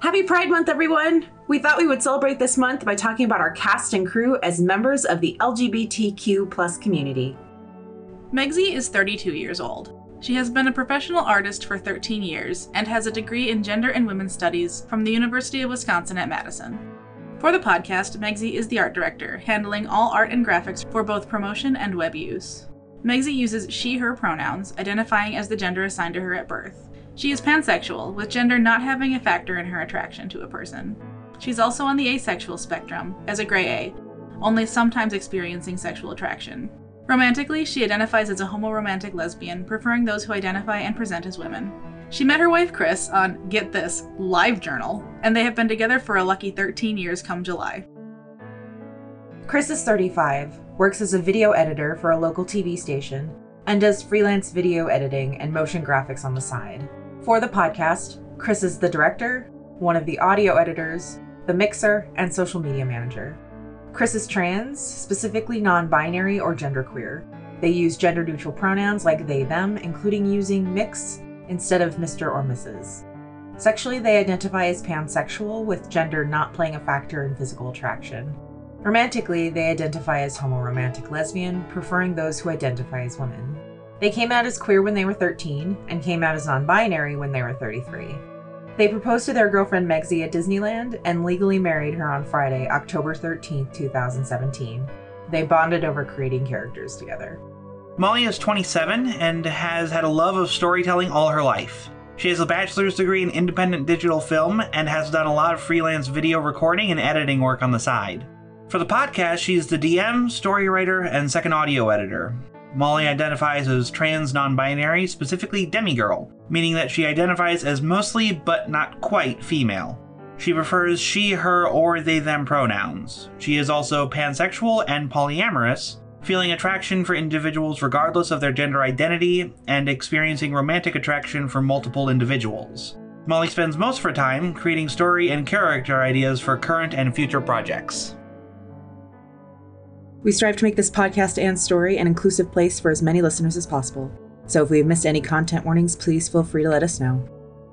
Happy Pride Month, everyone! We thought we would celebrate this month by talking about our cast and crew as members of the LGBTQ plus community. Megzi is 32 years old. She has been a professional artist for 13 years and has a degree in gender and women's studies from the University of Wisconsin at Madison. For the podcast, Megzi is the art director, handling all art and graphics for both promotion and web use. Megzi uses she her pronouns, identifying as the gender assigned to her at birth. She is pansexual, with gender not having a factor in her attraction to a person. She's also on the asexual spectrum, as a gray A, only sometimes experiencing sexual attraction. Romantically, she identifies as a homoromantic lesbian, preferring those who identify and present as women. She met her wife Chris on Get This Live Journal, and they have been together for a lucky 13 years come July. Chris is 35, works as a video editor for a local TV station, and does freelance video editing and motion graphics on the side. For the podcast, Chris is the director, one of the audio editors, the mixer, and social media manager. Chris is trans, specifically non binary or genderqueer. They use gender neutral pronouns like they, them, including using mix instead of Mr. or Mrs. Sexually, they identify as pansexual, with gender not playing a factor in physical attraction. Romantically, they identify as homoromantic lesbian, preferring those who identify as women. They came out as queer when they were 13 and came out as non binary when they were 33. They proposed to their girlfriend Megzi at Disneyland and legally married her on Friday, October 13, 2017. They bonded over creating characters together. Molly is 27 and has had a love of storytelling all her life. She has a bachelor's degree in independent digital film and has done a lot of freelance video recording and editing work on the side. For the podcast, she's the DM, story writer, and second audio editor. Molly identifies as trans non binary, specifically demigirl, meaning that she identifies as mostly but not quite female. She prefers she, her, or they, them pronouns. She is also pansexual and polyamorous, feeling attraction for individuals regardless of their gender identity, and experiencing romantic attraction for multiple individuals. Molly spends most of her time creating story and character ideas for current and future projects. We strive to make this podcast and story an inclusive place for as many listeners as possible. So if we have missed any content warnings, please feel free to let us know.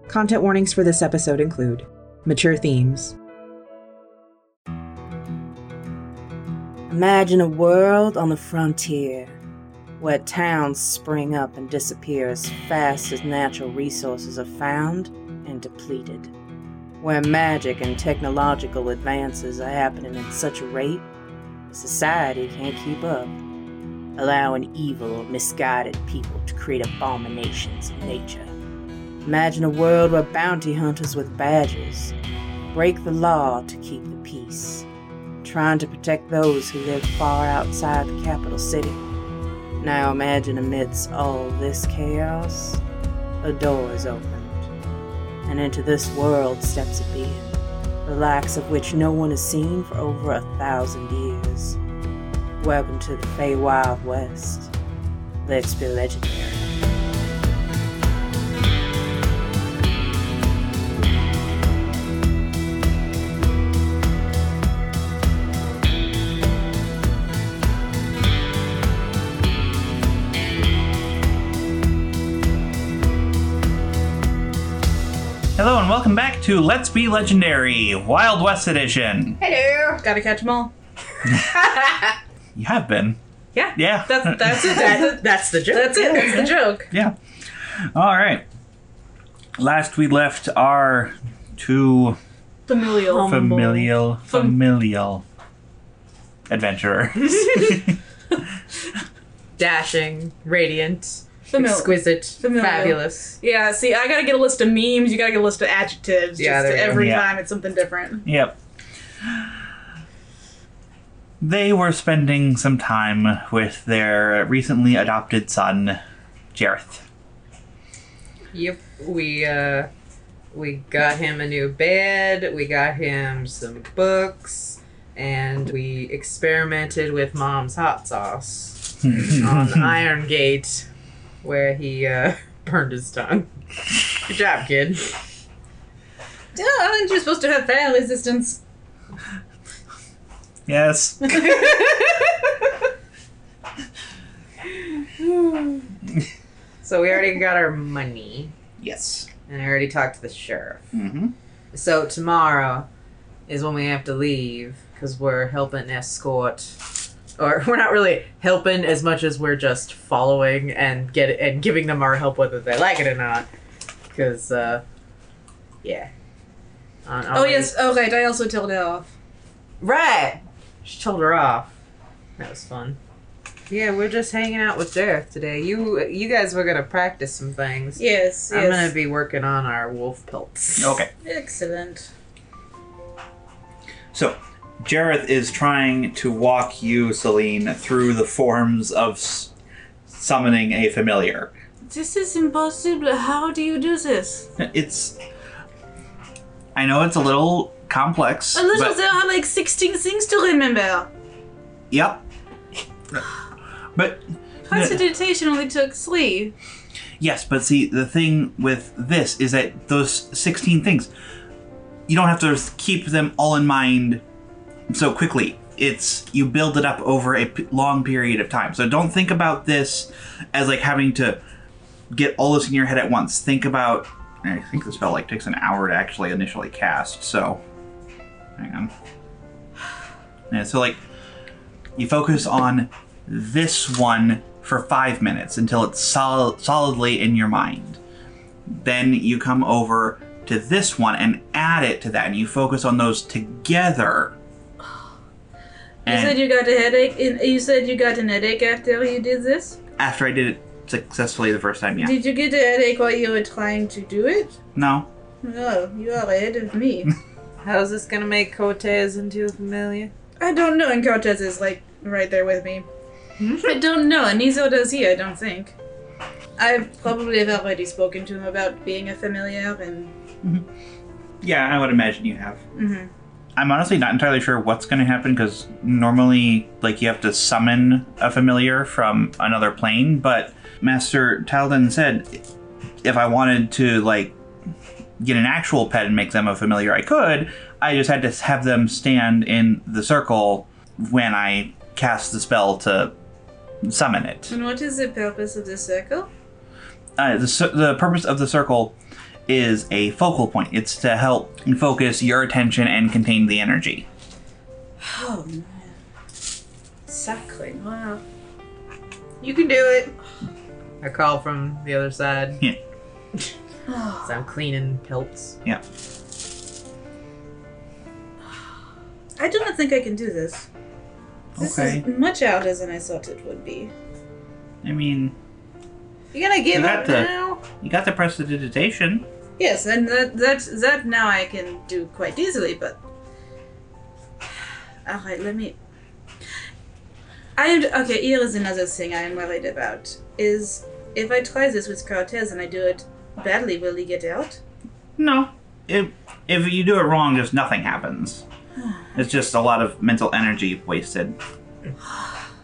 Content warnings for this episode include mature themes, Imagine a world on the frontier where towns spring up and disappear as fast as natural resources are found and depleted. Where magic and technological advances are happening at such a rate society can't keep up, allowing evil or misguided people to create abominations of nature. Imagine a world where bounty hunters with badges break the law to keep the peace, trying to protect those who live far outside the capital city. Now imagine amidst all this chaos, a door is opened, and into this world steps a being the likes of which no one has seen for over a thousand years. Welcome to the Fey Wild West. Let's be legendary. Hello, and welcome back to Let's Be Legendary Wild West Edition. Hello! Gotta catch them all. You have been. Yeah. Yeah. That's, that's it. That's, That's the joke. that's it. That's the joke. Yeah. All right. Last we left our two Familial. familial familial adventurer. dashing, radiant, Famil- exquisite, Familial. fabulous. Yeah, see, I gotta get a list of memes, you gotta get a list of adjectives. Yeah, just there you go. every Yeah. time it's something different. Yep. They were spending some time with their recently adopted son, Jareth. Yep, we uh, we got him a new bed. We got him some books, and we experimented with mom's hot sauce on Iron Gate, where he uh, burned his tongue. Good job, kid. Yeah, aren't you supposed to have fair resistance? Yes. So we already got our money, Yes. and I already talked to the sheriff. Mm-hmm. So tomorrow is when we have to leave because we're helping escort, or we're not really helping as much as we're just following and get and giving them our help whether they like it or not. Because, uh, yeah. On- on Oh my- yes. Oh right. I also told it off. right. She told her off. That was fun. Yeah, we're just hanging out with Derek today. You you guys were gonna practice some things. Yes, I'm yes. gonna be working on our wolf pelts. Oh, Okay. Excellent. So, Jareth is trying to walk you, Celine, through the forms of s- summoning a familiar. This is impossible. How do you do this? It's. I know it's a little complex. A little, but- there are uh, like 16 things to remember. Yep. But Transdigitation only took three. Yes, but see, the thing with this is that those 16 things, you don't have to keep them all in mind so quickly. It's you build it up over a p- long period of time. So don't think about this as like having to get all this in your head at once. Think about I think the spell like takes an hour to actually initially cast. So hang on. Yeah, so like you focus on this one for five minutes until it's sol- solidly in your mind. Then you come over to this one and add it to that, and you focus on those together. You said And you got a headache. In, you said you got an headache after you did this. after I did it successfully the first time, yeah. Did you get a headache while you were trying to do it? No, No, you are ahead of me. How's this gonna make Cortez into a familiar? I don't know, and Cortez is like right there with me. Hmm? I don't know, and neither does he. I don't think. I probably have already spoken to him about being a familiar, and yeah, I would imagine you have. Mhm. I'm honestly not entirely sure what's going to happen because normally, like, you have to summon a familiar from another plane. But Master Talden said if I wanted to, like, get an actual pet and make them a familiar, I could. I just had to have them stand in the circle when I cast the spell to summon it. and what is the purpose of the circle? uh, the, cir- the purpose of the circle is a focal point. It's to help focus your attention and contain the energy. Oh man, circling. Wow. You can do it. I call from the other side. Yeah. So I'm cleaning pelts. Yeah. I do not think I can do this. This Okay. is much harder than I thought it would be. I mean, You're gonna give You up got the- now? you got the prestidigitation. Yes, and that that that now I can do quite easily, but alright, let me I am okay, here is another thing I am worried about. Is if I try this with Cortez and I do it badly, will he get out? No, if if you do it wrong, just nothing happens. It's just a lot of mental energy wasted. I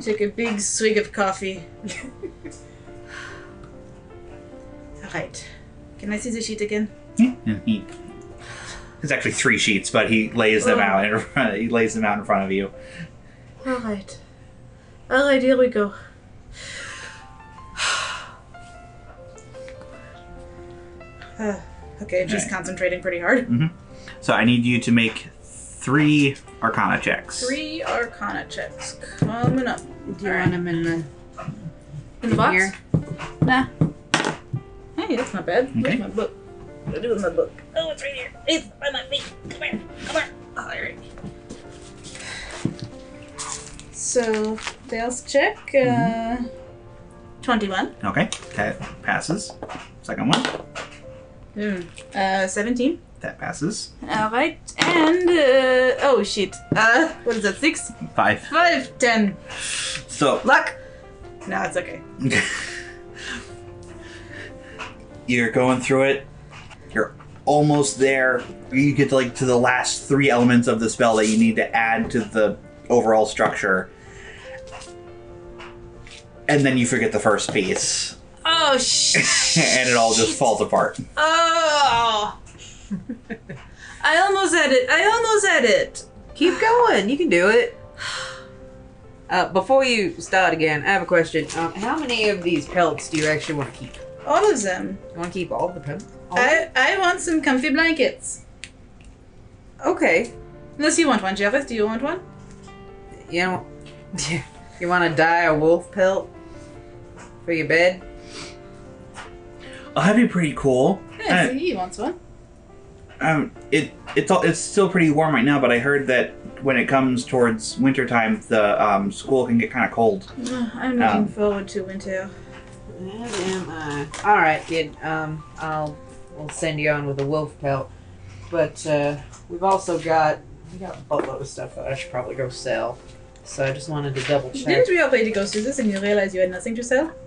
take a big swig of coffee. alright. Can I see the sheet again? And he, it's actually three sheets, but he lays them Oh. out. In front, he lays them out in front of you. All right. All right, here we go. Uh, okay, she's Alright. concentrating pretty hard. So I need you to make three Arcana checks. Three Arcana checks coming up. Do you want him in the In the box? Here. Nah. Hey, that's not bad. Okay. Where's my book? What is my book? Oh, it's right here. It's by my feet. Come here. Come here. Oh, All right. So, Dale's check. Uh, 21. Okay, that passes. Second one, Hmm. Uh, 17. that passes. All right, and uh, oh shit. Uh, what is that? Six, Five. five, ten. So Luck. No, it's okay. you're going through it. You're almost there. You get to like to the last three elements of the spell that you need to add to the overall structure. And then you forget the first piece. Oh shit. and it all just falls apart. Oh. I almost had it. I almost had it. Keep going. You can do it. Uh, before you start again, I have a question. Um, how many of these pelts do you actually want to keep? All of them. You want to keep all the pen? all- I, I want some comfy blankets. okay. Unless you want one, Jareth. Do you want one? You know, you want to dye a wolf pelt for your bed? Oh, that'd be pretty cool. Yeah, Uh, see, he wants one. um, it it's all, it's still pretty warm right now, but I heard that when it comes towards wintertime, the um, school can get kind of cold. Oh, I'm looking um, forward to winter. Where am I? All right, kid. Um, I'll we'll send you on with a wolf pelt, but uh, we've also got we got a buttload of stuff that I should probably go sell. So I just wanted to double check. Didn't we already go through this and you realized you had nothing to sell?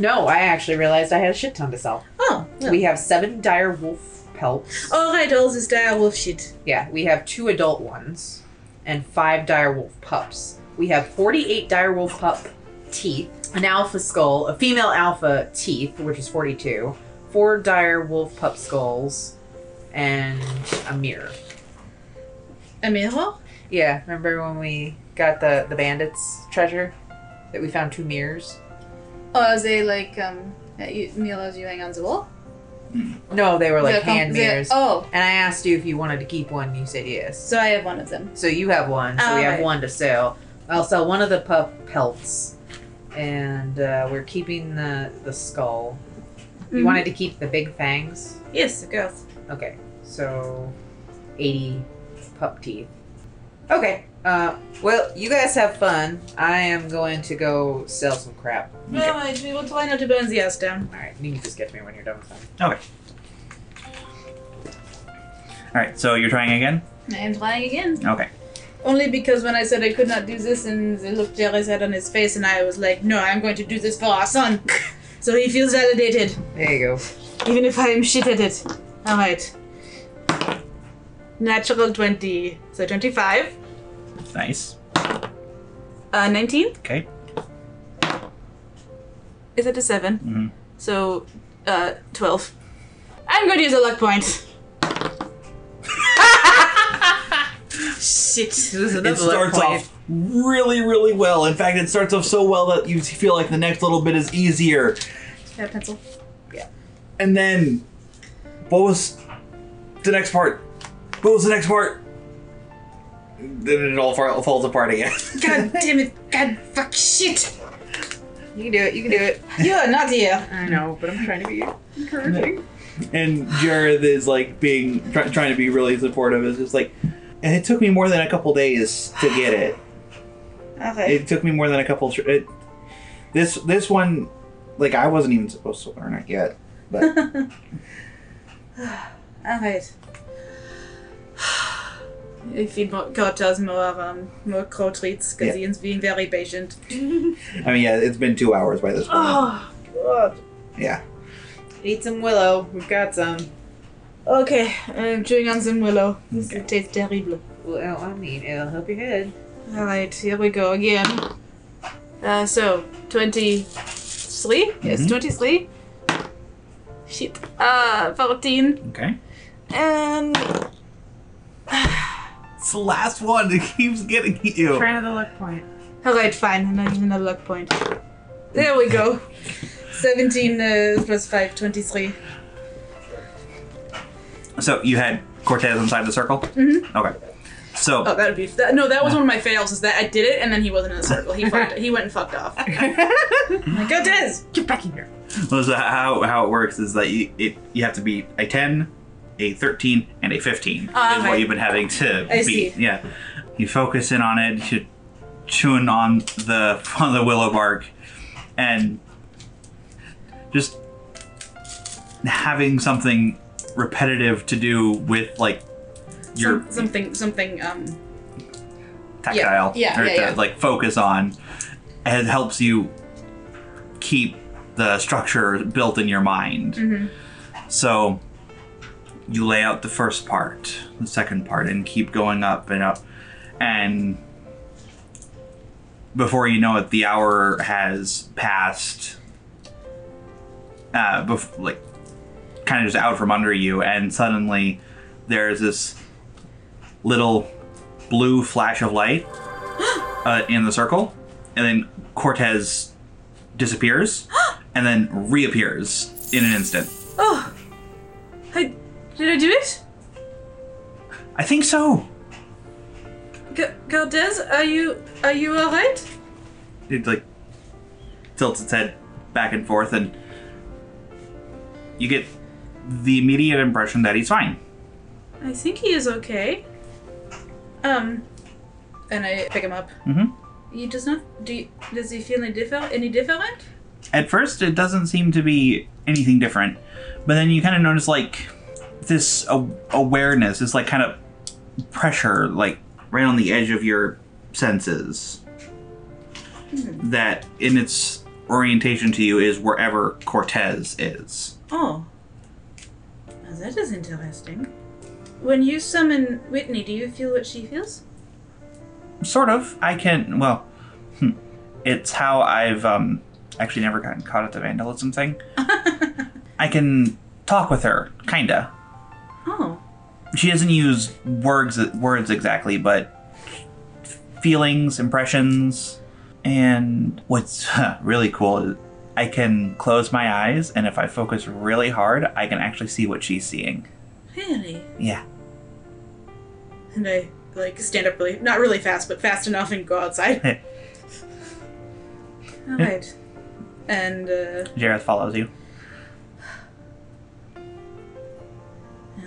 No, I actually realized I had a shit ton to sell. Oh, well. We have seven dire wolf pelts. all right, all this dire wolf shit. Yeah, we have two adult ones and five dire wolf pups. We have 48 dire wolf pup teeth, an alpha skull, a female alpha teeth, which is 42, four dire wolf pup skulls, and a mirror. A mirror? Yeah, remember when we got the, the bandits treasure? That we found two mirrors? Or are they like um, that you, mirrors you hang on the wall? No, they were like They're com- hand they're- mirrors. Oh, And I asked you if you wanted to keep one, and you said yes. so I have one of them. So you have one. So we have Alright. one to sell. I'll sell one of the pup pelts, and uh, we're keeping the the skull. You wanted to keep the big fangs. Yes, of course. Okay, so eighty pup teeth. Okay. Uh, well, you guys have fun. I am going to go sell some crap. All right, we will try not to burn the house down. All right, you can just get me when you're done with them. All right, so you're trying again. I am trying again. Okay. Only because when I said I could not do this and the look Jerry's had on his face, and I was like, no, I'm going to do this for our son. so he feels validated, There you go. even if I am shit at it. All right. Natural 20, so 25. Nice. Uh, 19? Okay. Is it a 7? Mhm. So, uh, 12. I'm going to use a luck point. Shit. It It starts off really, really well. In fact, it starts off so well that you feel like the next little bit is easier. Got a pencil? And then, what was the next part? What was the next part? Then it all fa- falls apart again. God damn it. God fuck shit. You can do it. You can do it. You are not here. I know, but I'm trying to be encouraging. and Jareth is like being try- trying to be really supportive. Is just like, and it took me more than a couple days to get it. Okay. It took me more than a couple. Tr- it, this this one, like I wasn't even supposed to learn it yet. But Alright. I feed more, Cortez more, um, more crow treats Yeah. because Ian's being very patient. I mean, yeah, it's been two hours by this point. Oh, God. Yeah. Need some willow. We've got some. Okay, I'm chewing on some willow. This tastes terrible. Well, I mean, it'll help your head. Alright, here we go again. Uh, so, 23? Yes, Mm-hmm. Mhm. 23. Shit. Uh, 14. Okay. And It's the last one that keeps getting you. Try another luck point. Alright, fine. I'm not even a luck point. There we go. 17 uh, plus 5, 23. So you had Cortez inside the circle. Mm-hmm. Okay. So Oh, that would be. That, no, that was one of my fails, is that I did it and then he wasn't in the circle. He fucked, He went and fucked off. oh, like, go, Dez! Get back in here. well, so how how it works is that you it, you have to beat a ten, a thirteen, and a fifteen Ah, is okay. what you've been having to beat. I see. Yeah. You focus in on it. You tune on the on the willow bark, and just having something repetitive to do with like your Some, something, something, um. tactile Yeah, or yeah, yeah. to, like focus on and it helps you keep the structure built in your mind Mm-hmm. so you lay out the first part the second part and keep going up and up and before you know it the hour has passed uh, bef- like kind of just out from under you and suddenly there's this little blue flash of light uh, in the circle, and then Cortez disappears, and then reappears in an instant. Oh, I did I do it? I think so. G- Galdez, are you are you all right? It like tilts its head back and forth, and you get the immediate impression that he's fine. I think he is okay. Um, and I pick him up. Mm-hmm. He does not. Do you, does he feel any different? Any different? At first, it doesn't seem to be anything different, but then you kind of notice like this a- awareness, this like kind of pressure, like right on the edge of your senses, that in its orientation to you is wherever Cortez is. Oh, Well, that is interesting. When you summon Whitney, do you feel what she feels? Sort of. I can. Well, hmm, it's how I've um, actually never gotten caught at the vandalism thing. I can talk with her, kinda. Oh, she doesn't use words words exactly, but feelings, impressions, and what's really cool is I can close my eyes, and if I focus really hard, I can actually see what she's seeing. really? Yeah, And I like stand up really, not really fast, but fast enough, and go outside. all right. And uh, Jareth follows you.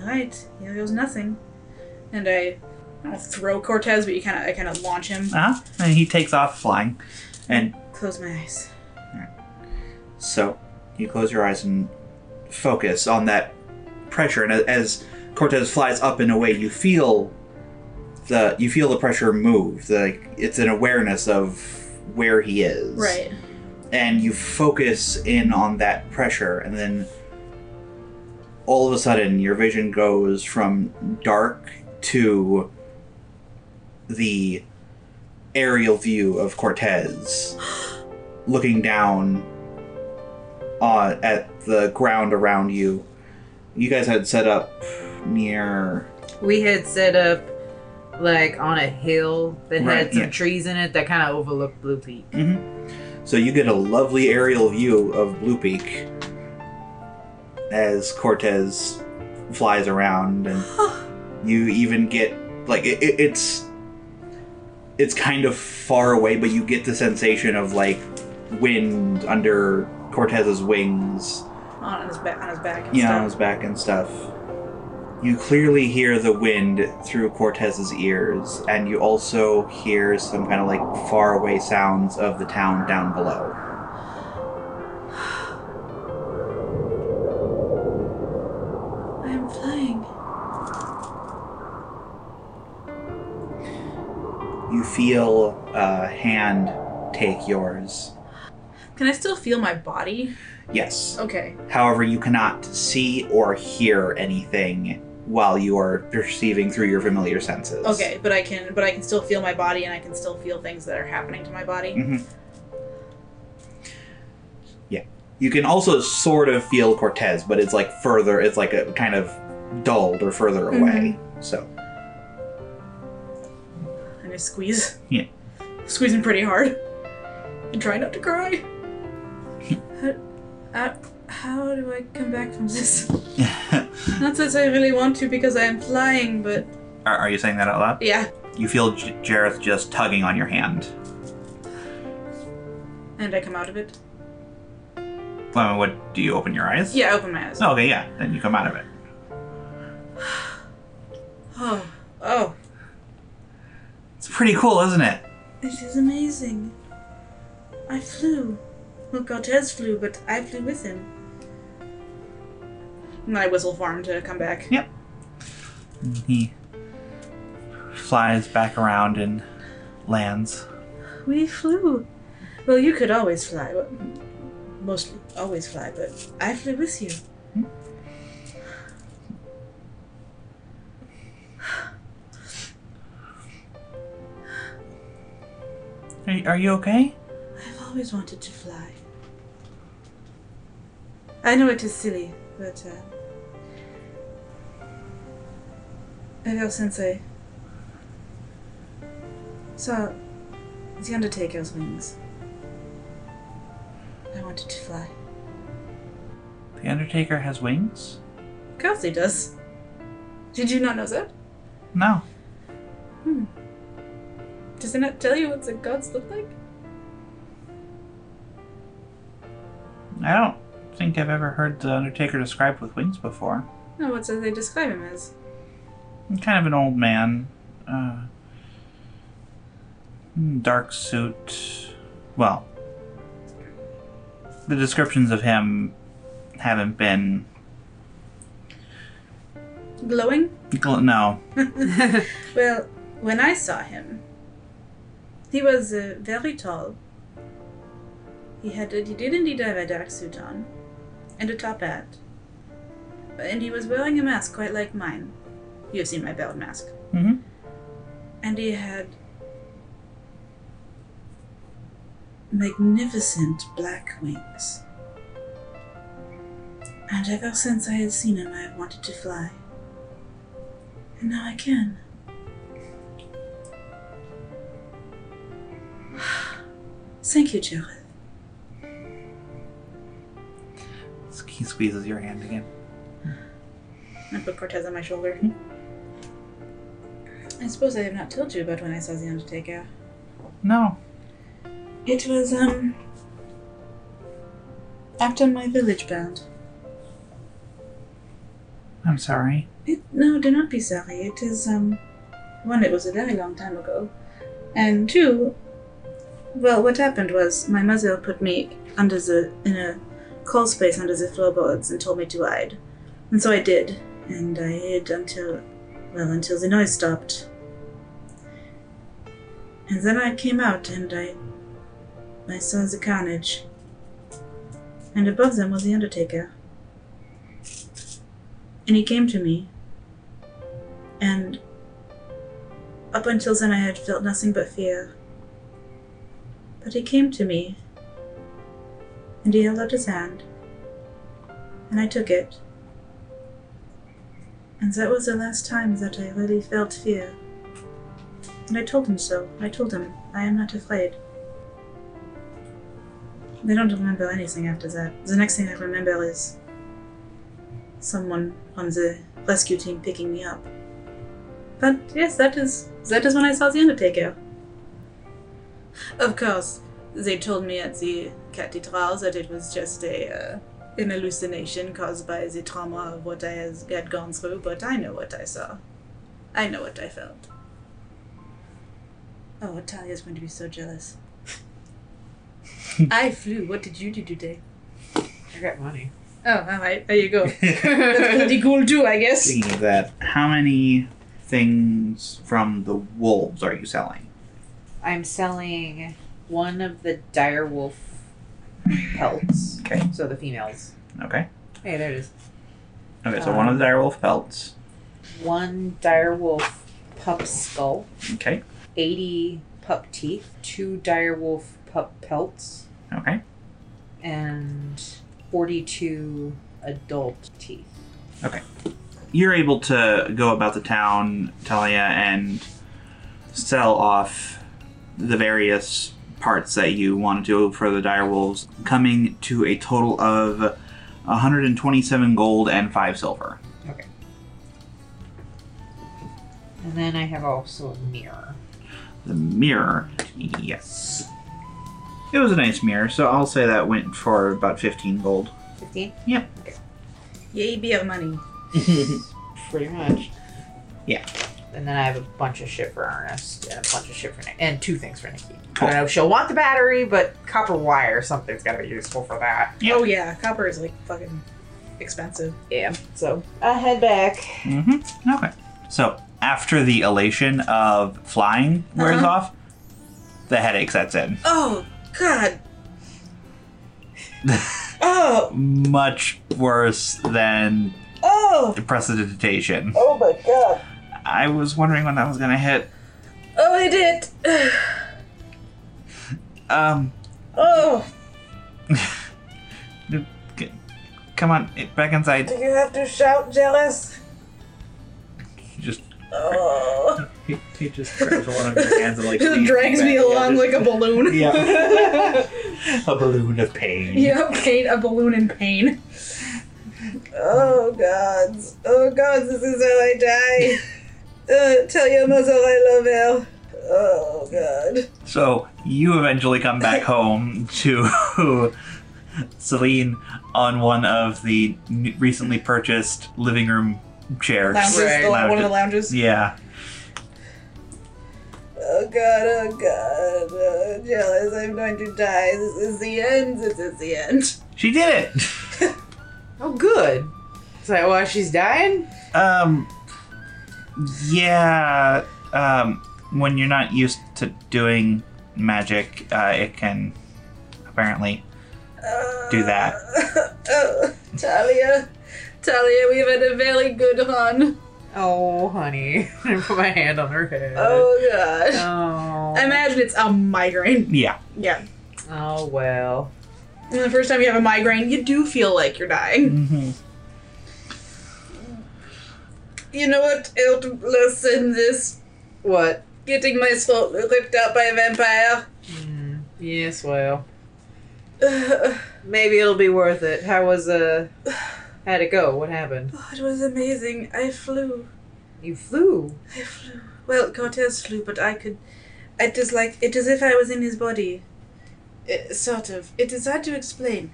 all right, he feels nothing. And I, I'll throw Cortez, but you kind of, I kind of launch him. Uh huh. And he takes off flying, and Close my eyes. So you close your eyes and focus on that pressure, and as Cortez flies up and away, you feel the you feel the pressure move. The, it's an awareness of where he is, Right. And you focus in on that pressure, and then all of a sudden, your vision goes from dark to the aerial view of Cortez looking down uh, at the ground around you. You guys had set up near. We had set up like on a hill that Right, had some yeah. trees in it that kind of overlooked Blue Peak. So you get a lovely aerial view of Blue Peak as Cortez flies around, and you even get like it, it- it's it's kind of far away, but you get the sensation of like wind under Cortez's wings. On his back. On his back. and you know, on stuff. his back and stuff. You clearly hear the wind through Cortez's ears, and you also hear some kind of like faraway sounds of the town down below. I am flying. You feel a hand take yours. Can I still feel my body? Yes. Okay. However, you cannot see or hear anything while you are perceiving through your familiar senses. Okay, but I can, but I can still feel my body, and I can still feel things that are happening to my body. hmm Yeah. You can also sort of feel Cortez, but it's like further, it's like a kind of dulled or further Mm-hmm. away. So, And I squeeze. Yeah. Squeezing pretty hard. And try not to cry. how, how, how do I come back from this? not that I really want to, because I am flying, but are, are you saying that out loud? yeah. You feel J- Jareth just tugging on your hand. And I come out of it. Well, what do you open your eyes? Yeah, I open my eyes. Oh, okay, yeah. Then you come out of it. Oh, oh, It's pretty cool, isn't it? it is amazing. I flew. Well, Cortez flew, but I flew with him. And I whistle for him to come back. He flies back around and lands. We flew. Well, you could always fly. but- Mostly always fly, but I flew with you. Are, are you okay? I've always wanted to fly. I know it is silly, but uh, ever since I saw the Undertaker's wings, I wanted to fly. The Undertaker has wings? Of course he does. Did you not know that? No. Does it not tell you what the gods look like? I don't think I've ever heard the Undertaker described with wings before. No, what do they describe him as? Kind of an old man. Uh, dark suit. Well, the descriptions of him haven't been. Glowing? gl- No. Well, when I saw him, he was uh, very tall. He had he did indeed have a dark suit on, and a top hat, and he was wearing a mask quite like mine. You have seen my belt mask, hmm and he had magnificent black wings. And ever since I had seen him, I have wanted to fly, and now I can. Thank you, Jared. He squeezes your hand again. I put Cortez on my shoulder. I suppose I have not told you about when I saw the Undertaker. No. It was, um. after my village band. I'm sorry. It, no, do not be sorry. It is, um. One, it was a very long time ago. And two, well, what happened was my mother put me under the. in a coal space under the floorboards and told me to hide. And so I did. And I hid until. well, until the noise stopped. And then I came out and I. I saw the carnage. And above them was the Undertaker. And he came to me. And up until then, I had felt nothing but fear. But he came to me. And he held out his hand. And I took it. And that was the last time that I really felt fear. And I told him so. I told him, I am not afraid. I don't remember anything after that. The next thing I remember is someone on the rescue team picking me up. But yes, that is that is when I saw the Undertaker. Of course, they told me at the cathedral that it was just a uh, an hallucination caused by the trauma of what I has, had gone through. But I know what I saw. I know what I felt. Oh, Italia's going to be so jealous. I flew. What did you do today? I got money. Oh, all right. There you go. That's pretty cool too, I guess. Speaking of that, how many things from the wolves are you selling? I'm selling one of the dire wolf pelts. Okay. So the females. Okay. Hey, there it is. Okay, so one of the direwolf pelts. One dire wolf pup skull, Okay. 80 pup teeth, two dire wolf pup pelts, Okay. and 42 adult teeth. You're able to go about the town, Talia, and sell off the various parts that you want to do for the direwolves, coming to a total of 127 gold and 5 silver. And then I have also a mirror. The mirror. Yes. It was a nice mirror, so I'll say that went for about 15 gold. 15? Yeah. Yay, beer money. Pretty much. Yeah. And then I have a bunch of shit for Ernest and a bunch of shit for Nick. And two things for Nikki. Cool. I don't know if she'll want the battery, but copper wire or something's gotta be useful for that. Oh yeah, copper is like fucking expensive. Yeah. So I head back. Mm-hmm. Okay. So after the elation of flying wears Uh-huh. off, the headache sets in. Oh god. oh Much worse than oh precipitation. oh my god. I was wondering when that was gonna hit. Oh I did. Um, Oh, c- come on, eh, back inside. do you have to shout jealous? He just Oh, he, he just grabs one of your hands and like just leads drags you me back. Yeah, along just- like a balloon. yeah, a balloon of pain. Yeah, pain a balloon in pain. Oh gods. Oh gods, this is how I die. uh, tell your mother I love her. Oh god. So you eventually come back home to Celine on one of the n- recently purchased living room chairs. Lounges, Right. the, one of the lounges. Yeah. Oh god, oh god. Oh, jealous, I'm going to die. This is the end. This is the end. She did it. Oh, good. Is that why she's dying? Um yeah, um when you're not used to doing magic, uh, it can apparently do that. Uh. oh, Talia. Talia, we've had a very good run. Oh, honey. I put my hand on her head. Oh god. Oh. I imagine it's a migraine. Yeah. Yeah. oh, well. And the first time you have a migraine, you do feel like you're dying. Mm-hmm. You know what helped lessen this? What? Getting my throat ripped out by a vampire. Yes, well. Uh, Maybe it'll be worth it. How was, uh. How'd it go? What happened? oh, it was amazing. I flew. You flew. I flew. Well, Cortez flew, but I could. It is like it is if I was in his body. Uh, sort of. It is hard to explain.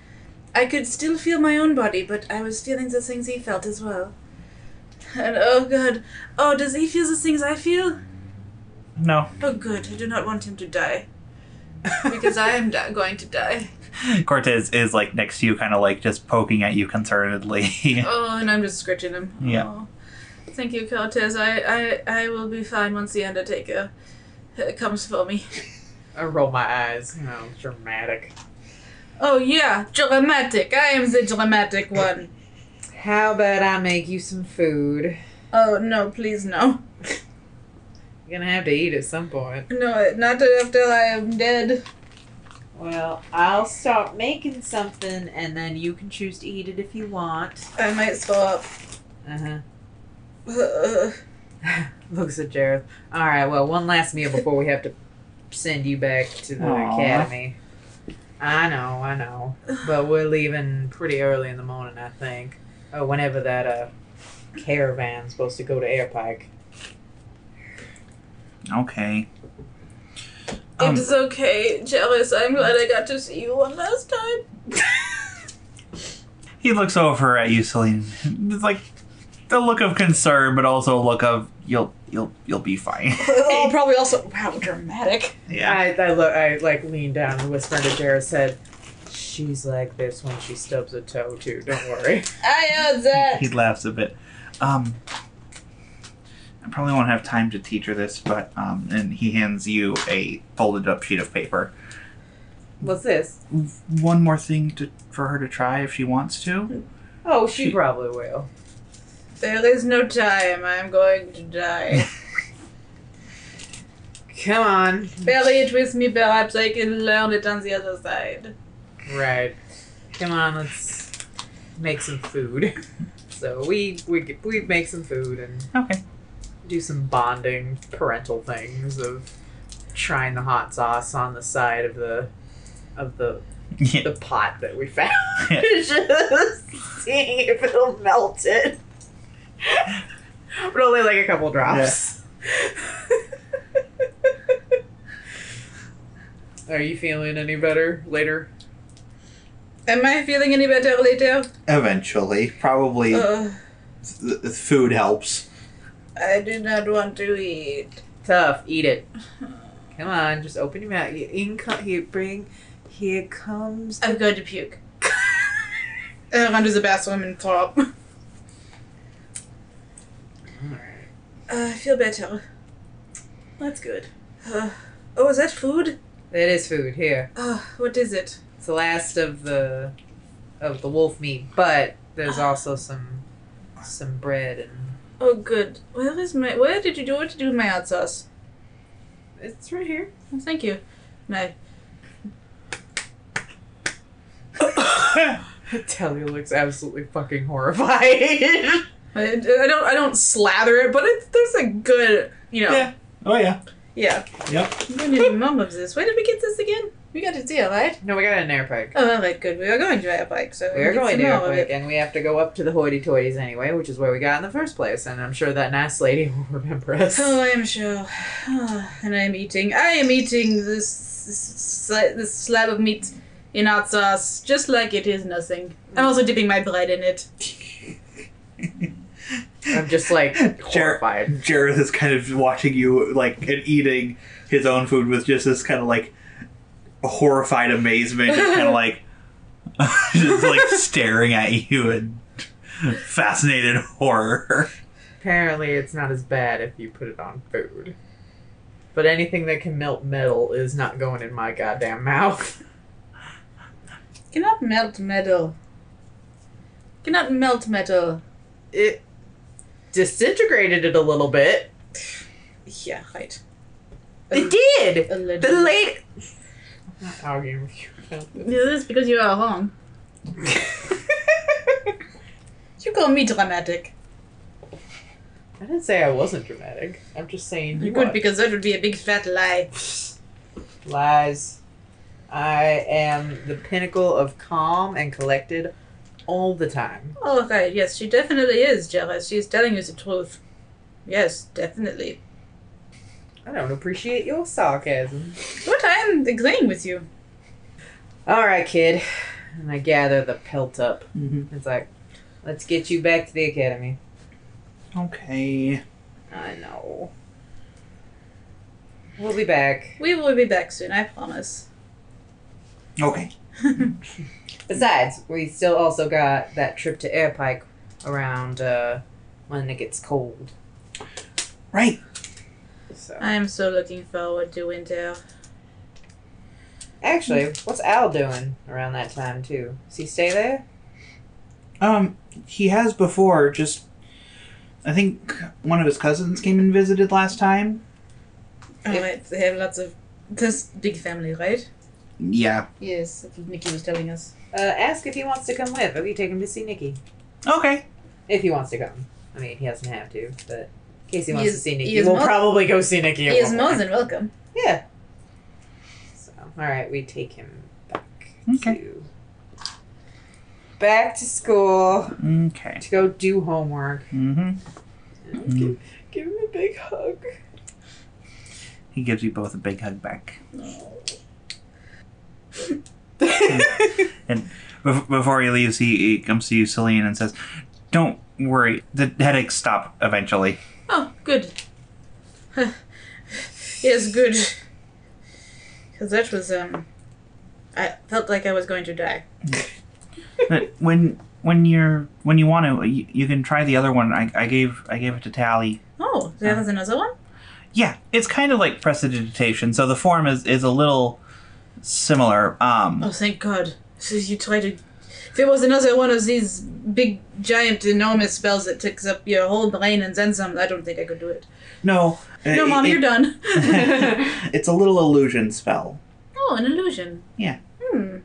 I could still feel my own body, but I was feeling the things he felt as well. And oh god, oh does he feel the things I feel? No. Oh good, I do not want him to die, because I am di- going to die. Cortez is like next to you kind of like just poking at you concernedly. Oh, and I'm just scratching him. Yeah. Oh. Thank you, Cortez. I, I, I will be fine once the Undertaker uh, comes for me. I roll my eyes. Oh, dramatic. Oh, yeah, dramatic. I am the dramatic one. How about I make you some food? Oh, no, please, no. You're gonna have to eat at some point. No, not after I am dead. Well, I'll start making something and then you can choose to eat it if you want. I might throw up. Uh Uh-huh. huh. Uh, Looks at Jareth. All right, well, one last meal before we have to send you back to the Aw. academy. I know, I know. But we're leaving pretty early in the morning, I think. Or whenever that uh, caravan's supposed to go to Airpike. okay. Um, it's okay, Jealous. I'm glad I got to see you one last time. He looks over at you, Celine. It's like the look of concern, but also a look of you'll you'll you'll be fine. oh, probably also. Wow, dramatic. yeah. I, I, lo- I like leaned down and whispered to Jareth, said, She's like this when she stubs a toe, too. Don't worry. I uh, heard that. He laughs a bit. Um I probably won't have time to teach her this, but um and he hands you a folded up sheet of paper. What's this? One more thing to for her to try if she wants to. Oh, she She- probably will. There is no time. I'm going to die. Come on. Bury it with me, perhaps I can learn it on the other side. Right. Come on, let's make some food. So we we we make some food and Okay. do some bonding parental things of trying the hot sauce on the side of the of the Yeah. the pot that we found. Yeah. Just seeing if it'll melt it. but only like a couple drops. Are you feeling any better later? Am I feeling any better later? Eventually. Probably Uh, food helps. I do not want to eat. Tough. Eat it. Come on, just open your mouth. You in co- here, bring. Here comes. I'm going to puke. I run to the bathroom and throw up. Uh, Uh, I feel better. That's good. Uh, oh, is that food? That is food. Here, Uh, what is it? it's the last of the of the wolf meat, but there's also some some bread and Oh, good. Where is my? Where did you do? What did you do with my hot sauce? it's right here. Oh, Thank you. My Oh, Talia looks absolutely fucking horrified. I, I don't I don't slather it, but it's there's a good you know Yeah. yeah. Oh yeah. yeah. Yep. I'm gonna need mum of this. Where did we get this again? We got to see it, right? No, we got an airpike. Oh, all right, good. We are going to Airpike, so We are need going to know of Airpike, it. and we have to go up to the hoity-toities anyway, which is where we got in the first place. And I'm sure that nice lady will remember us. Oh, I am sure. Ah, and I am eating. I am eating this this, sli- this slab of meat in hot sauce, just like it is nothing. I'm also dipping my bread in it. I'm just like Sure. horrified. Jareth is kind of watching you like and eating his own food with just this kind of like horrified amazement, just kind of like just like staring at you in fascinated horror. Apparently, it's not as bad if you put it on food. But anything that can melt metal is not going in my goddamn mouth. Cannot melt metal. Cannot melt metal. It disintegrated it a little bit. Yeah, right. It did. The Allegedly. late. I'm not arguing with you. about this. This is because you are wrong. You call me dramatic. I didn't say I wasn't dramatic. I'm just saying You you could, are. because that would be a big fat lie. Lies. I am the pinnacle of calm and collected all the time. Oh, right, yes, she definitely is, Jareth. She is telling you the truth. Yes, definitely. I don't appreciate your sarcasm. But I am agreeing with you. All right, kid. And I gather the pelt up. It's like, let's get you back to the academy. Okay. I know. We'll be back. We will be back soon, I promise. Okay. Besides, we still also got that trip to Airpike around uh, when it gets cold. Right. So I am so looking forward to winter. actually, what's Al doing around that time too? Does he stay there? Um he has before just I think one of his cousins came and visited last time. Oh, right, they have lots of. This big family, right? Yeah. Yes, that's what Nikki was telling us. Uh, ask if he wants to come with. Or you take him to see Nikki. Okay. If he wants to come. I mean, he doesn't have to, but in case he wants is- to see he Nikki, is we'll mo- probably go see Nikki. He at is one more point. than welcome. Yeah. So, all right, we take him back Okay. to back to school Okay. to go do homework. Mm-hmm. Give, give him a big hug. He gives you both a big hug back. and bef- before he leaves, he, he comes to you, Celine, and says, Don't worry, the headaches stop eventually. Oh, good. yes, good. Because that was, um. I felt like I was going to die. But when when you're when you want to, you, you can try the other one. I, I gave I gave it to Tally. Oh, there was another one? Yeah, it's kind of like prestidigitation, so the form is, is a little similar. Um, Oh, thank God. So you try to. If it was another one of these big, giant, enormous spells that takes up your whole brain and then some, I don't think I could do it. no, No, it- Mom, Uh, it- you're done. it's a little illusion spell. oh, an illusion. Yeah. Hmm.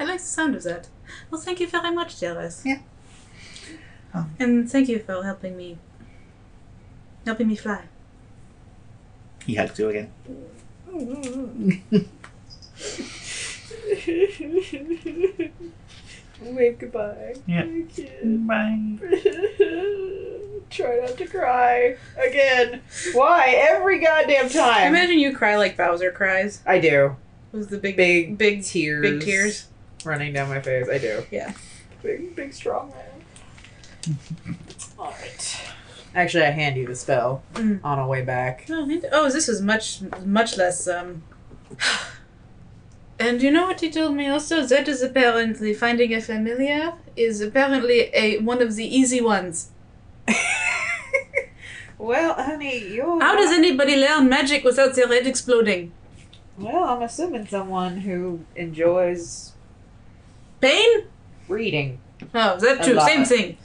I like the sound of that. Well, thank you very much, Jealous. Yeah. Oh. And thank you for helping me. Helping me fly. He hugs you again. Wave goodbye. Yeah. Bye. Try not to cry again. Why every goddamn time? Imagine you cry like Bowser cries. I do. Was the big, Big big, tears. big tears. running down my face. I do. Yeah. Big, big, strong man. All right. Actually, I hand you the spell Mm. on our way back. Oh, int- oh, this is much, much less. um... And you know what he told me also? That is apparently finding a familiar is apparently a one of the easy ones. Well, honey, you're. How does anybody learn magic without their head exploding? Well, I'm assuming someone who enjoys Pain? reading. Oh, that A too. lot. Same thing.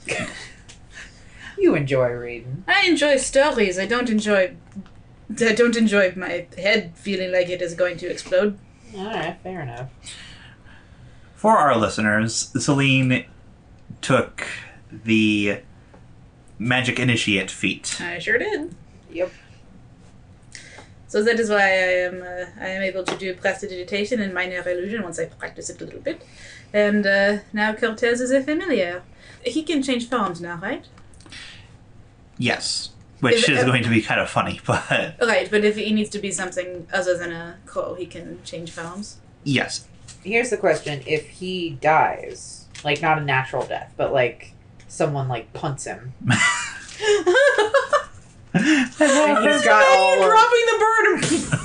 You enjoy reading. I enjoy stories. I don't enjoy. I don't enjoy my head feeling like it is going to explode. All right, fair enough. For our listeners, Celine took the magic initiate feat. I sure did. Yep. So that is why I am uh, I am able to do prestidigitation and minor illusion once I practice it a little bit, and uh, now Cortez is a familiar. He can change forms now, right? Yes, which If- is if- going to be kind of funny, but Right, but if he needs to be something other than a crow, he can change forms. yes, Here's the question: If he dies, like not a natural death, but like someone like punts him, and he's got all of- Dropping the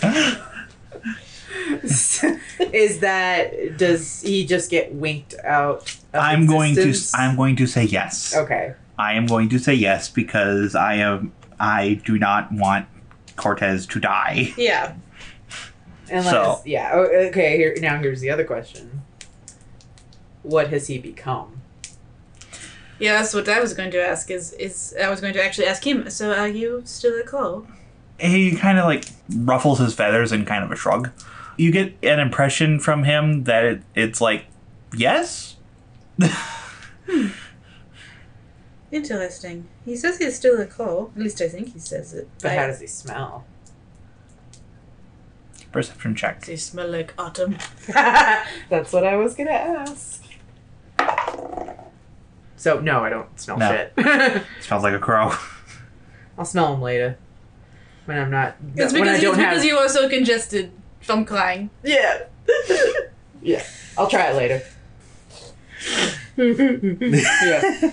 bird. is that does he just get winked out? Of I'm going to. existence? I'm going to say yes. okay. I am going to say yes because I am. I do not want Cortez to die. Yeah. Unless, So- yeah. Oh, okay. Here now. Here's the other question: What has he become? Yeah, that's what I was going to ask. Is is I was going to actually ask him. So are you still a crow? He kind of like ruffles his feathers in kind of a shrug. You get an impression from him that it, it's like yes. Interesting. He says he's still a crow. At least I think he says it. But I- how does he smell? Perception check. Does he smell like autumn? That's what I was gonna ask. So no, I don't smell No. shit. Smells like a crow. I'll smell them later when I'm not. It's when because, I it's don't have. because you are so congested from crying. Yeah. yeah. I'll try it later. yeah.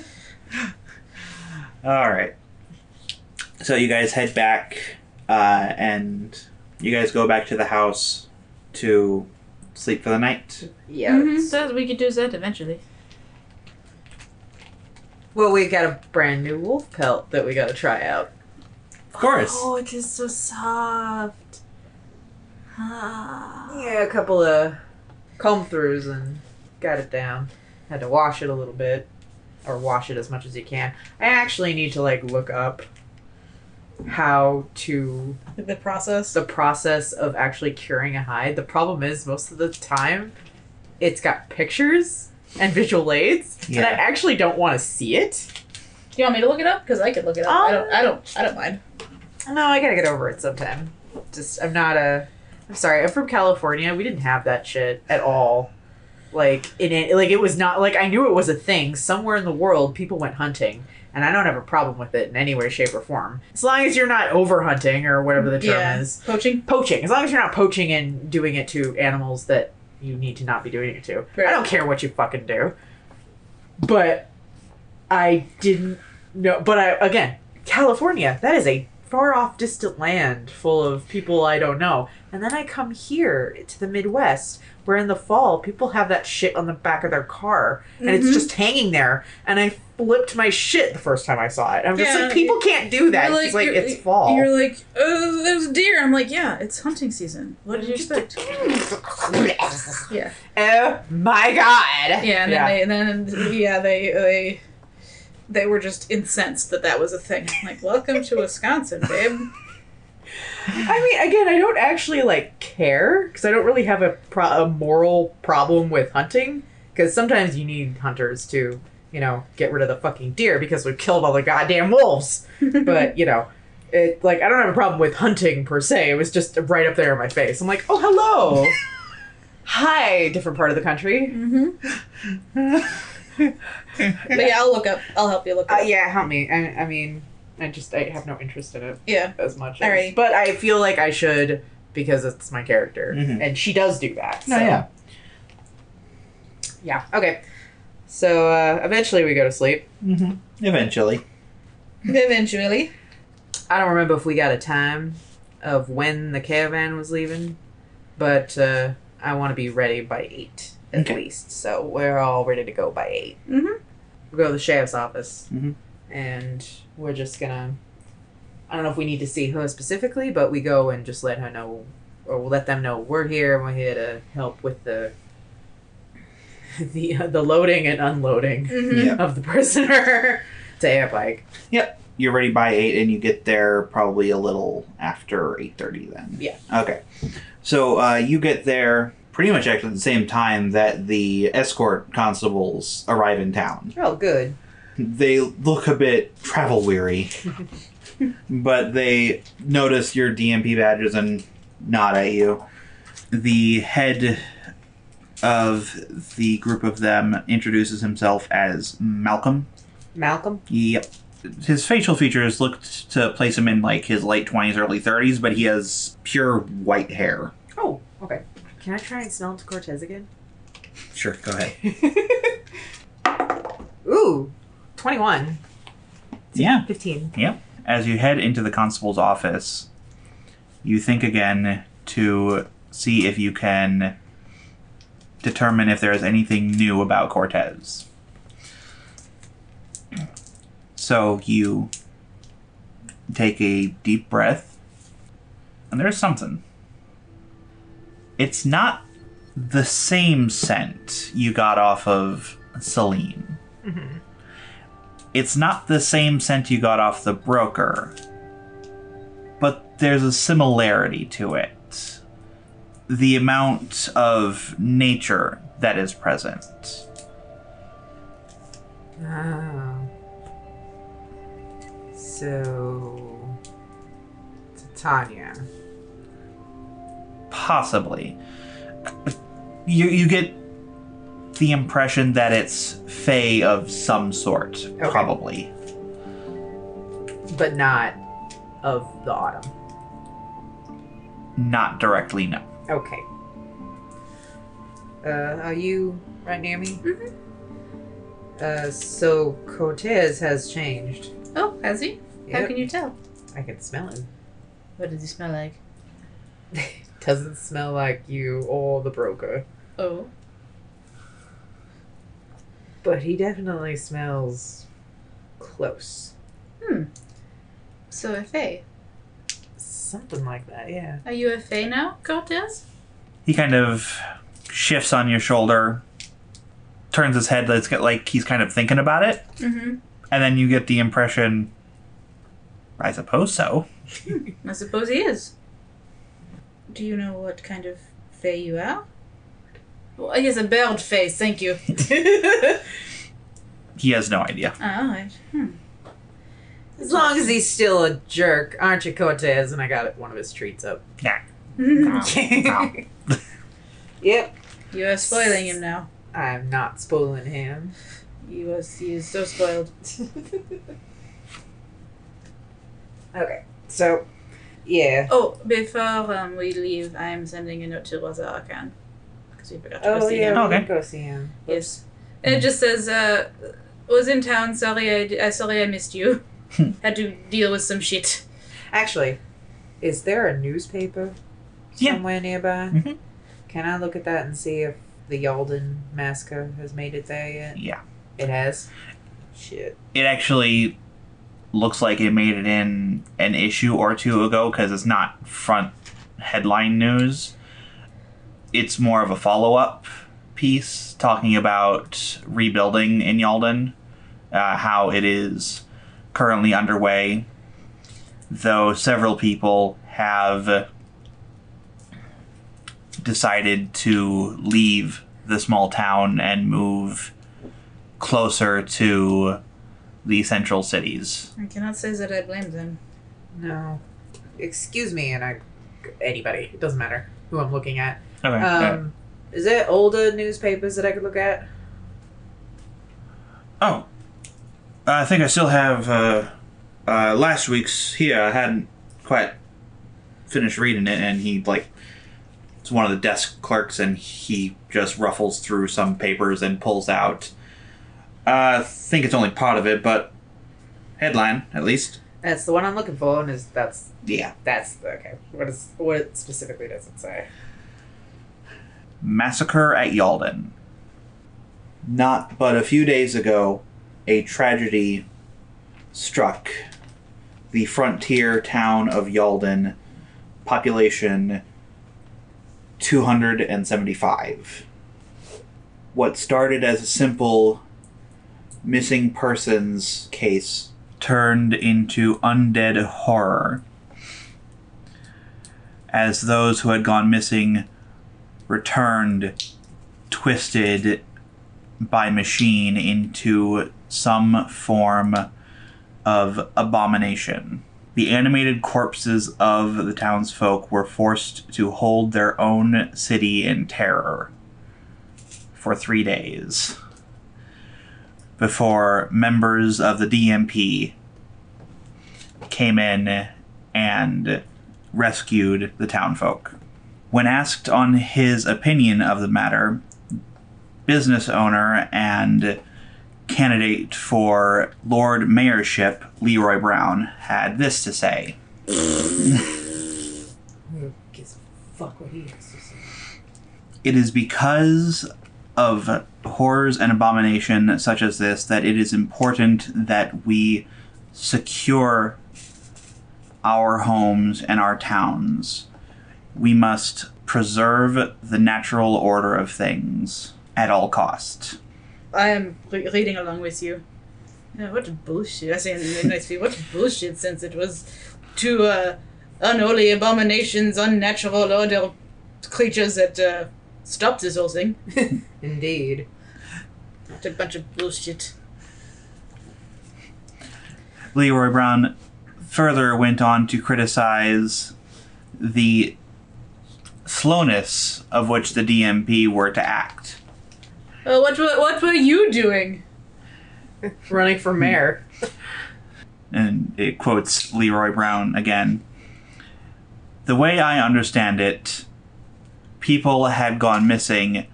All right. So you guys head back, uh, and you guys go back to the house to sleep for the night. Yeah. So we could do that eventually. Well, we got a brand new wolf pelt that we gotta try out. Of course. Oh, it is so soft. Ah. Yeah, a couple of comb throughs and got it down. Had to wash it a little bit, or wash it as much as you can. I actually need to like look up how to The process. the process of actually curing a hide. The problem is most of the time it's got pictures and visual aids, and I Yeah. actually don't want to see it. Do you want me to look it up? Because I could look it up. I Um, don't. I don't. I don't mind. No, I gotta get over it sometime. Just I'm not a. I'm sorry. I'm from California. We didn't have that shit at all. Like in it, like it was not like I knew it was a thing somewhere in the world. People went hunting, and I don't have a problem with it in any way, shape, or form. As long as you're not over hunting or whatever the term Yeah. is, Poaching. poaching. As long as you're not poaching and doing it to animals that you need to not be doing it to. Right. I don't care what you fucking do. But I didn't know. But I again, California. That is a far off, distant land full of people I don't know. And then I come here to the Midwest, where in the fall people have that shit on the back of their car, and Mm-hmm. it's just hanging there. And I flipped my shit the first time I saw it. I'm just Yeah. like, people can't do that. You're It's just like, you're- it's fall. You're like, oh, there's deer. I'm like, yeah, it's hunting season. What did you expect? Yeah. Oh my god! Yeah, and then they, and then yeah, they they they were just incensed that that was a thing. I'm like, welcome to Wisconsin, babe. I mean, again, I don't actually like care because I don't really have a, pro- a moral problem with hunting. Because sometimes you need hunters to, you know, get rid of the fucking deer because we've killed all the goddamn wolves. but you know, it like I don't have a problem with hunting per se. It was just right up there in my face. I'm like, oh hello, hi, different part of the country. But yeah, I'll look up. I'll help you look. Uh, up. yeah, help me. I, I mean, I just I have no interest in it. Yeah. as much as, Alrighty. but I feel like I should because it's my character Mhm. and she does do that. No, so- yeah. Yeah. Okay. So uh, eventually we go to sleep. Eventually. Eventually. I don't remember if we got a time of when the caravan was leaving, but uh, I want to be ready by 8 at Okay. least. So we're all ready to go by 8. Mhm. We go to the sheriff's office Mhm. and we're just going to. I don't know if we need to see her specifically, but we go and just let her know, or we'll let them know we're here and we're here to help with the. The, uh, the loading and unloading Mhm. Yeah. of the prisoner to air bike. You're ready by eight, and you get there probably a little after eight thirty. Then. Yeah. Okay. So uh, you get there pretty much actually at the same time that the escort constables arrive in town. Oh, good. They look a bit travel weary. but they notice your DMP badges and nod at you. The head of the group of them introduces himself as Malcolm. Malcolm? Yep. His facial features look t- to place him in like his late 20s, early 30s, but he has pure white hair. Oh, okay. Can I try and smell to Cortez again? Sure, go ahead. Ooh, 21. Yeah. 15. Yep. As you head into the constable's office, you think again to see if you can determine if there is anything new about Cortez. So you take a deep breath, and there's something. It's not the same scent you got off of Celine it's not the same scent you got off the broker, but there's a similarity to it. The amount of nature that is present. Oh. So. Titania. Possibly. You, you get the impression that it's Fey of some sort, probably. But not of the autumn. Not directly, no. Okay. Uh, are you right near me? Mm-hmm. Uh, so Cortez has changed. Oh, has he? How Yep, can you tell? I can smell him. What does he smell like? Doesn't smell like you or the broker. Oh. But he definitely smells close. So a fae. Something like that, yeah. Are you a fae now, Cortez? he kind of shifts on your shoulder, turns his head like, like he's kind of thinking about it, Mm-hmm. and then you get the impression, I suppose so. I suppose he is. Do you know what kind of fae you are? Well, I guess a bald face, thank you. He has no idea. Alright. Hmm. As long as he's still a jerk, aren't you, Cortez? And I got one of his treats up. Nah. Hmm. yep. You are spoiling him now. I'm not spoiling him. You was he is so spoiled. Okay. So, yeah. Oh, before um, we leave, I am sending a note to Wazarakan. Because we forgot to go Oh, see yeah. him. we Okay. can Go see him. Yes. And it just says, uh, was in town, sorry I, d- uh, sorry I missed you. Hmm. Had to deal with some shit. Actually, is there a newspaper Yeah. somewhere nearby? Mhm. Can I look at that and see if the Yalden massacre has made it there yet? Yeah. It has. Shit. It actually looks like it made it in an issue or two ago because it's not front headline news. It's more of a follow up piece talking about rebuilding in Yalden, uh, how it is currently underway, though several people have decided to leave the small town and move closer to the central cities. I cannot say that I blame them. No. Excuse me, and I. Anybody. It doesn't matter who I'm looking at. Okay. Um, is there older newspapers that I could look at? oh, I think I still have uh, uh, last week's here. I hadn't quite finished reading it, and he like it's one of the desk clerks, and he just ruffles through some papers and pulls out. I think it's only part of it, but headline at least. That's the one I'm looking for, and is that's Yeah. that's okay. What is what specifically does it say? Massacre at Yalden. Not but a few days ago, a tragedy struck the frontier town of Yalden, population 275. What started as a simple missing persons case turned into undead horror as those who had gone missing returned twisted by machine into some form of abomination. the animated corpses of the townsfolk were forced to hold their own city in terror for three days before members of the DMP came in and rescued the townfolk. When asked on his opinion of the matter, business owner and candidate for Lord Mayorship, Leroy Brown, had this to say. Gives a fuck what he has to say. It is because of horrors and abomination such as this that it is important that we secure our homes and our towns. We must preserve the natural order of things at all cost. I am re- reading along with you. Uh, what bullshit! I say in nice way, what bullshit! Since it was two uh, unholy abominations, unnatural order creatures that uh, stopped this whole thing. Indeed. It's a bunch of bullshit. Leroy Brown further went on to criticize the slowness of which the DMP were to act. Uh, what were what were you doing? Running for mayor. and it quotes Leroy Brown again. The way I understand it, people had gone missing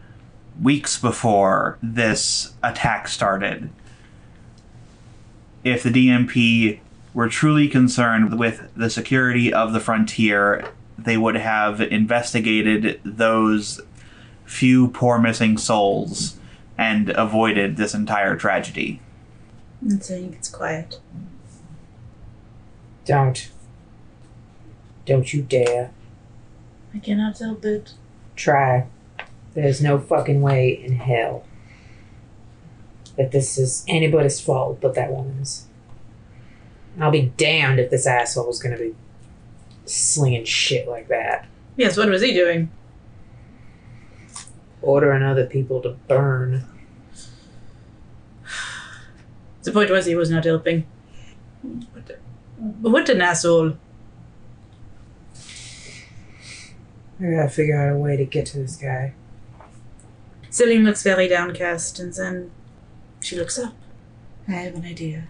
weeks before this attack started. If the DMP were truly concerned with the security of the frontier, they would have investigated those few poor missing souls and avoided this entire tragedy. And so it's quiet. Don't. Don't you dare. I cannot help it. Try. There's no fucking way in hell that this is anybody's fault but that woman's. I'll be damned if this asshole's gonna be slinging shit like that. Yes, what was he doing? Ordering other people to burn. The point was he was not helping. What, a- what an asshole! I gotta figure out a way to get to this guy. Celine looks very downcast, and then she looks up. I have an idea.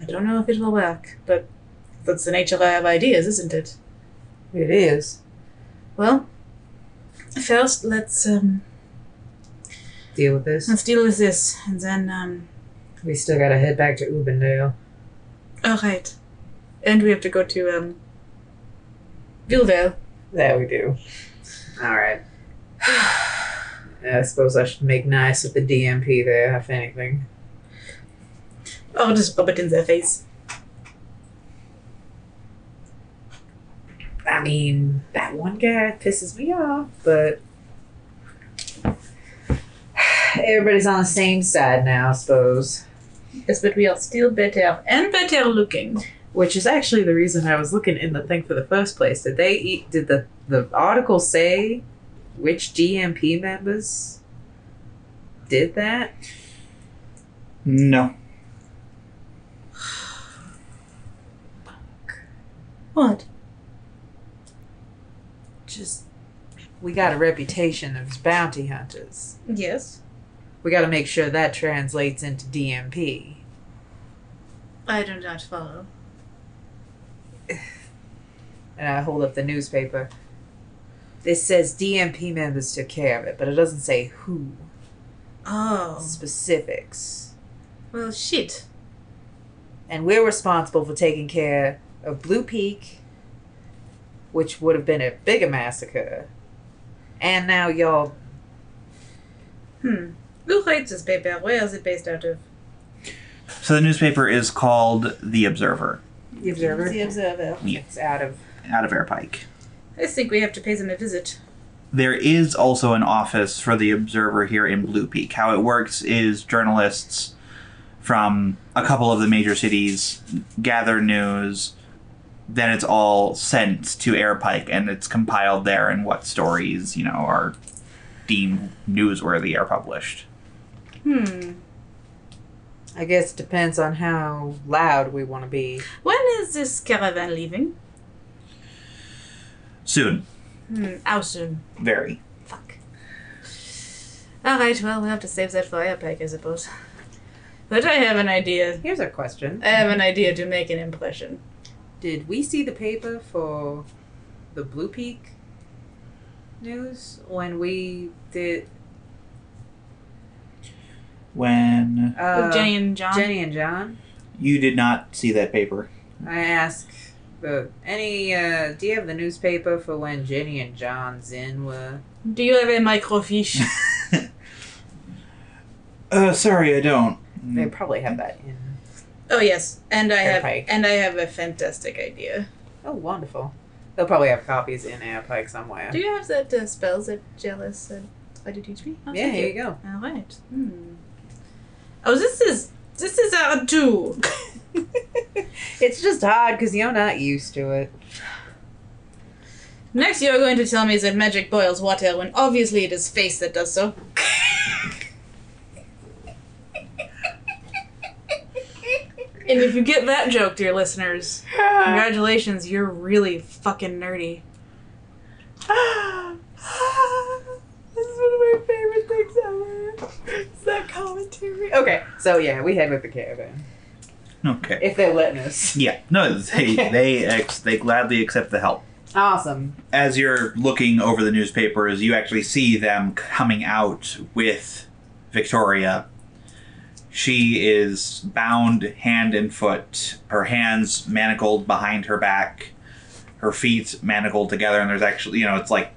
I don't know if it will work, but that's the nature of ideas, isn't it? It is. Well, first let's um, Deal with this. let's deal with this, and then um, We still gotta head back to Ubendale. all right, and we have to go to um, Vilvale. That we do. Alright. I suppose I should make nice with the DMP there, if anything. I'll Oh, just bump it in their face. I mean, that one guy pisses me off, but everybody's on the same side now, I suppose. Yes, but we are still better and better looking. Which is actually the reason I was looking in the thing for the first place. Did they eat? Did the the article say which DMP members did that? No. What? Just we got a reputation as bounty hunters. Yes. We got to make sure that translates into DMP. I do not follow. and I hold up the newspaper. This says DMP members took care of it, but it doesn't say who Oh. specifics. Well, shit. And we're responsible for taking care of Blue Peak, which would have been a bigger massacre. And now y'all, Hmm. Who writes this paper? Where is it based out of? So the newspaper is called The Observer, the Observer, The Observer. it's out of. out of Airpike. I think we have to pay them a visit. There is also an office for The Observer here in Blue Peak. How it works is journalists from a couple of the major cities gather news, then it's all sent to Airpike and it's compiled there and what stories, you know, are deemed newsworthy are published. Hmm. I guess it depends on how loud we want to be. When is this caravan leaving? Soon. Hmm, how soon? Very. Fuck. Alright, well, we'll have to save that for Airpack, I suppose. But I have an idea. Here's our question: I have an idea to make an impression. Did we see the paper for the Blue Peak news when we did? When Uh, With Jenny and John? Jenny and John. you did not see that paper. I ask the any. Uh, do you have the newspaper for when Jenny and John Zinn were? Do you have a microfiche? Uh, sorry, I don't. They probably have that in. oh, yes. And I have Airpack. and I have a fantastic idea. Oh, wonderful! They'll probably have copies in Airpike somewhere. Do you have that uh, spell that Jealous said tried to teach me? Oh, yeah, thank here you go. All right. Hmm. Oh, this is this is our two. It's just hard because you're not used to it. Next, you are going to tell me that magic boils water when obviously it is face that does so. and if you get that joke, dear listeners, congratulations, you're really fucking nerdy. this is one of my favorite things ever. It's that commentary. Okay, so yeah, we head with the caravan. Okay. If they're letting us. Yeah. No, they Okay. they ex- they gladly accept the help. Awesome. As you're looking over the newspapers, you actually see them coming out with Victoria. She is bound hand and foot, her hands manacled behind her back, her feet manacled together, and there's actually, you know, it's like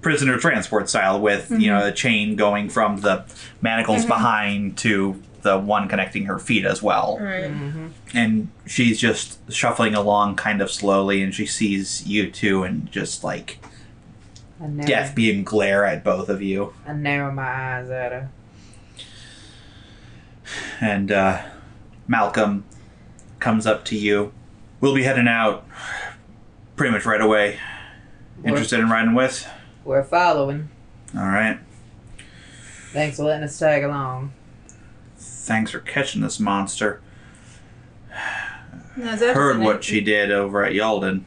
prisoner transport style with, Mm-hmm. you know, a chain going from the manacles behind to the one connecting her feet as Mm-hmm. well Right. and she's just shuffling along kind of slowly and she sees you two and just like I narrow, death beam glare at both of you I narrow my eyes at her. and uh, malcolm comes up to you we'll be heading out pretty much right away interested in riding with We're following. all right Thanks for letting us tag along. thanks for catching this monster Now, that's heard an- what she did over at yalden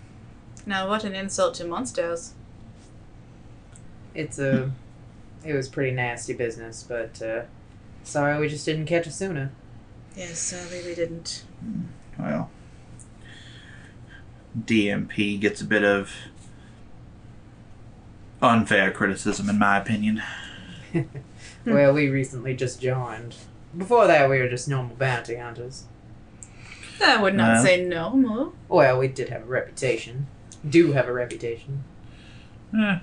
Now, what an insult to monsters. It's a. It was pretty nasty business, but uh, sorry we just didn't catch her sooner. Yes, sadly we didn't. well dmp gets a bit of unfair criticism in my opinion Well, we recently just joined. Before that, we were just normal bounty hunters. I would not No. say no more. Well, we did have a reputation. Do have a reputation. Eh,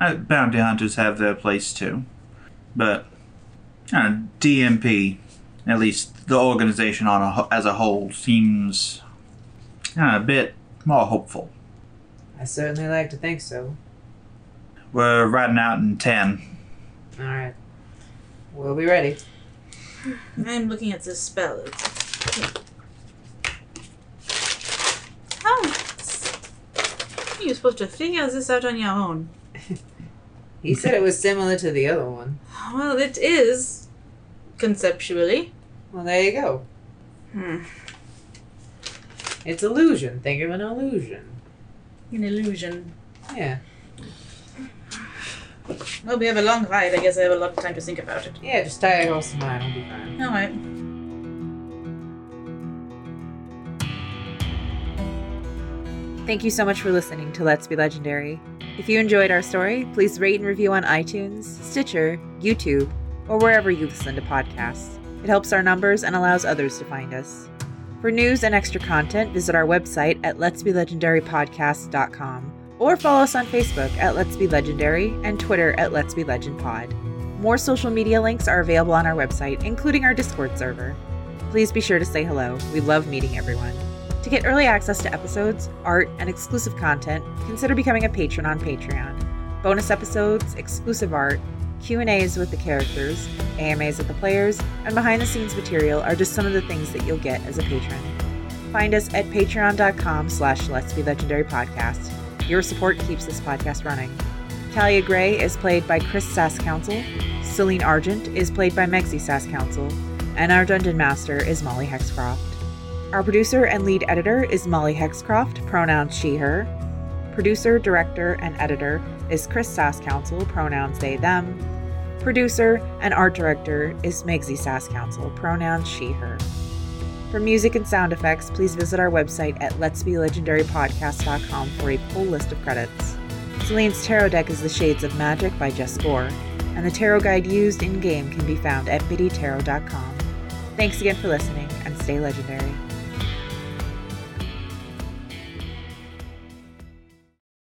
uh, bounty hunters have their place too, but uh, DMP, at least the organization on a, ho- as a whole, seems uh, a bit more hopeful. I certainly like to think so. We're riding out in ten. All right. We'll be ready. I'm looking at this spell. How are you supposed to figure this out on your own? He said it was similar to the other one. Well, it is conceptually. Well, there you go. Hmm. It's illusion. Think of an illusion. An illusion. Yeah. Well, we have a long ride. I guess I have a lot of time to think about it. Yeah, just tie a horse to mine. It'll be fine. All right. Thank you so much for listening to Let's Be Legendary. If you enjoyed our story, please rate and review on iTunes, Stitcher, YouTube, or wherever you listen to podcasts. It helps our numbers and allows others to find us. For news and extra content, visit our website at letsbelegendarypodcast.com or follow us on Facebook at Let's Be Legendary and Twitter at Let's Be Legend Pod. More social media links are available on our website, including our Discord server. Please be sure to say hello. We love meeting everyone. To get early access to episodes, art, and exclusive content, consider becoming a patron on Patreon. Bonus episodes, exclusive art, Q&As with the characters, AMAs with the players, and behind-the-scenes material are just some of the things that you'll get as a patron. Find us at patreon.com slash let's be legendary podcast. Your support keeps this podcast running. Talia Gray is played by Chris Sass Council. Celine Argent is played by Megzi Sass Council. and our dungeon master is Molly Hexcroft. Our producer and lead editor is Molly Hexcroft, pronouns she, her. Producer, director, and editor is Chris Sass Council, pronouns they, them. Producer and art director is Megsy Sass Council, pronouns she, her. For music and sound effects, please visit our website at letsbelegendarypodcast.com for a full list of credits. Celine's tarot deck is The Shades of Magic by Jess Gore, and the tarot guide used in game can be found at biddytarot.com. Thanks again for listening, and stay legendary.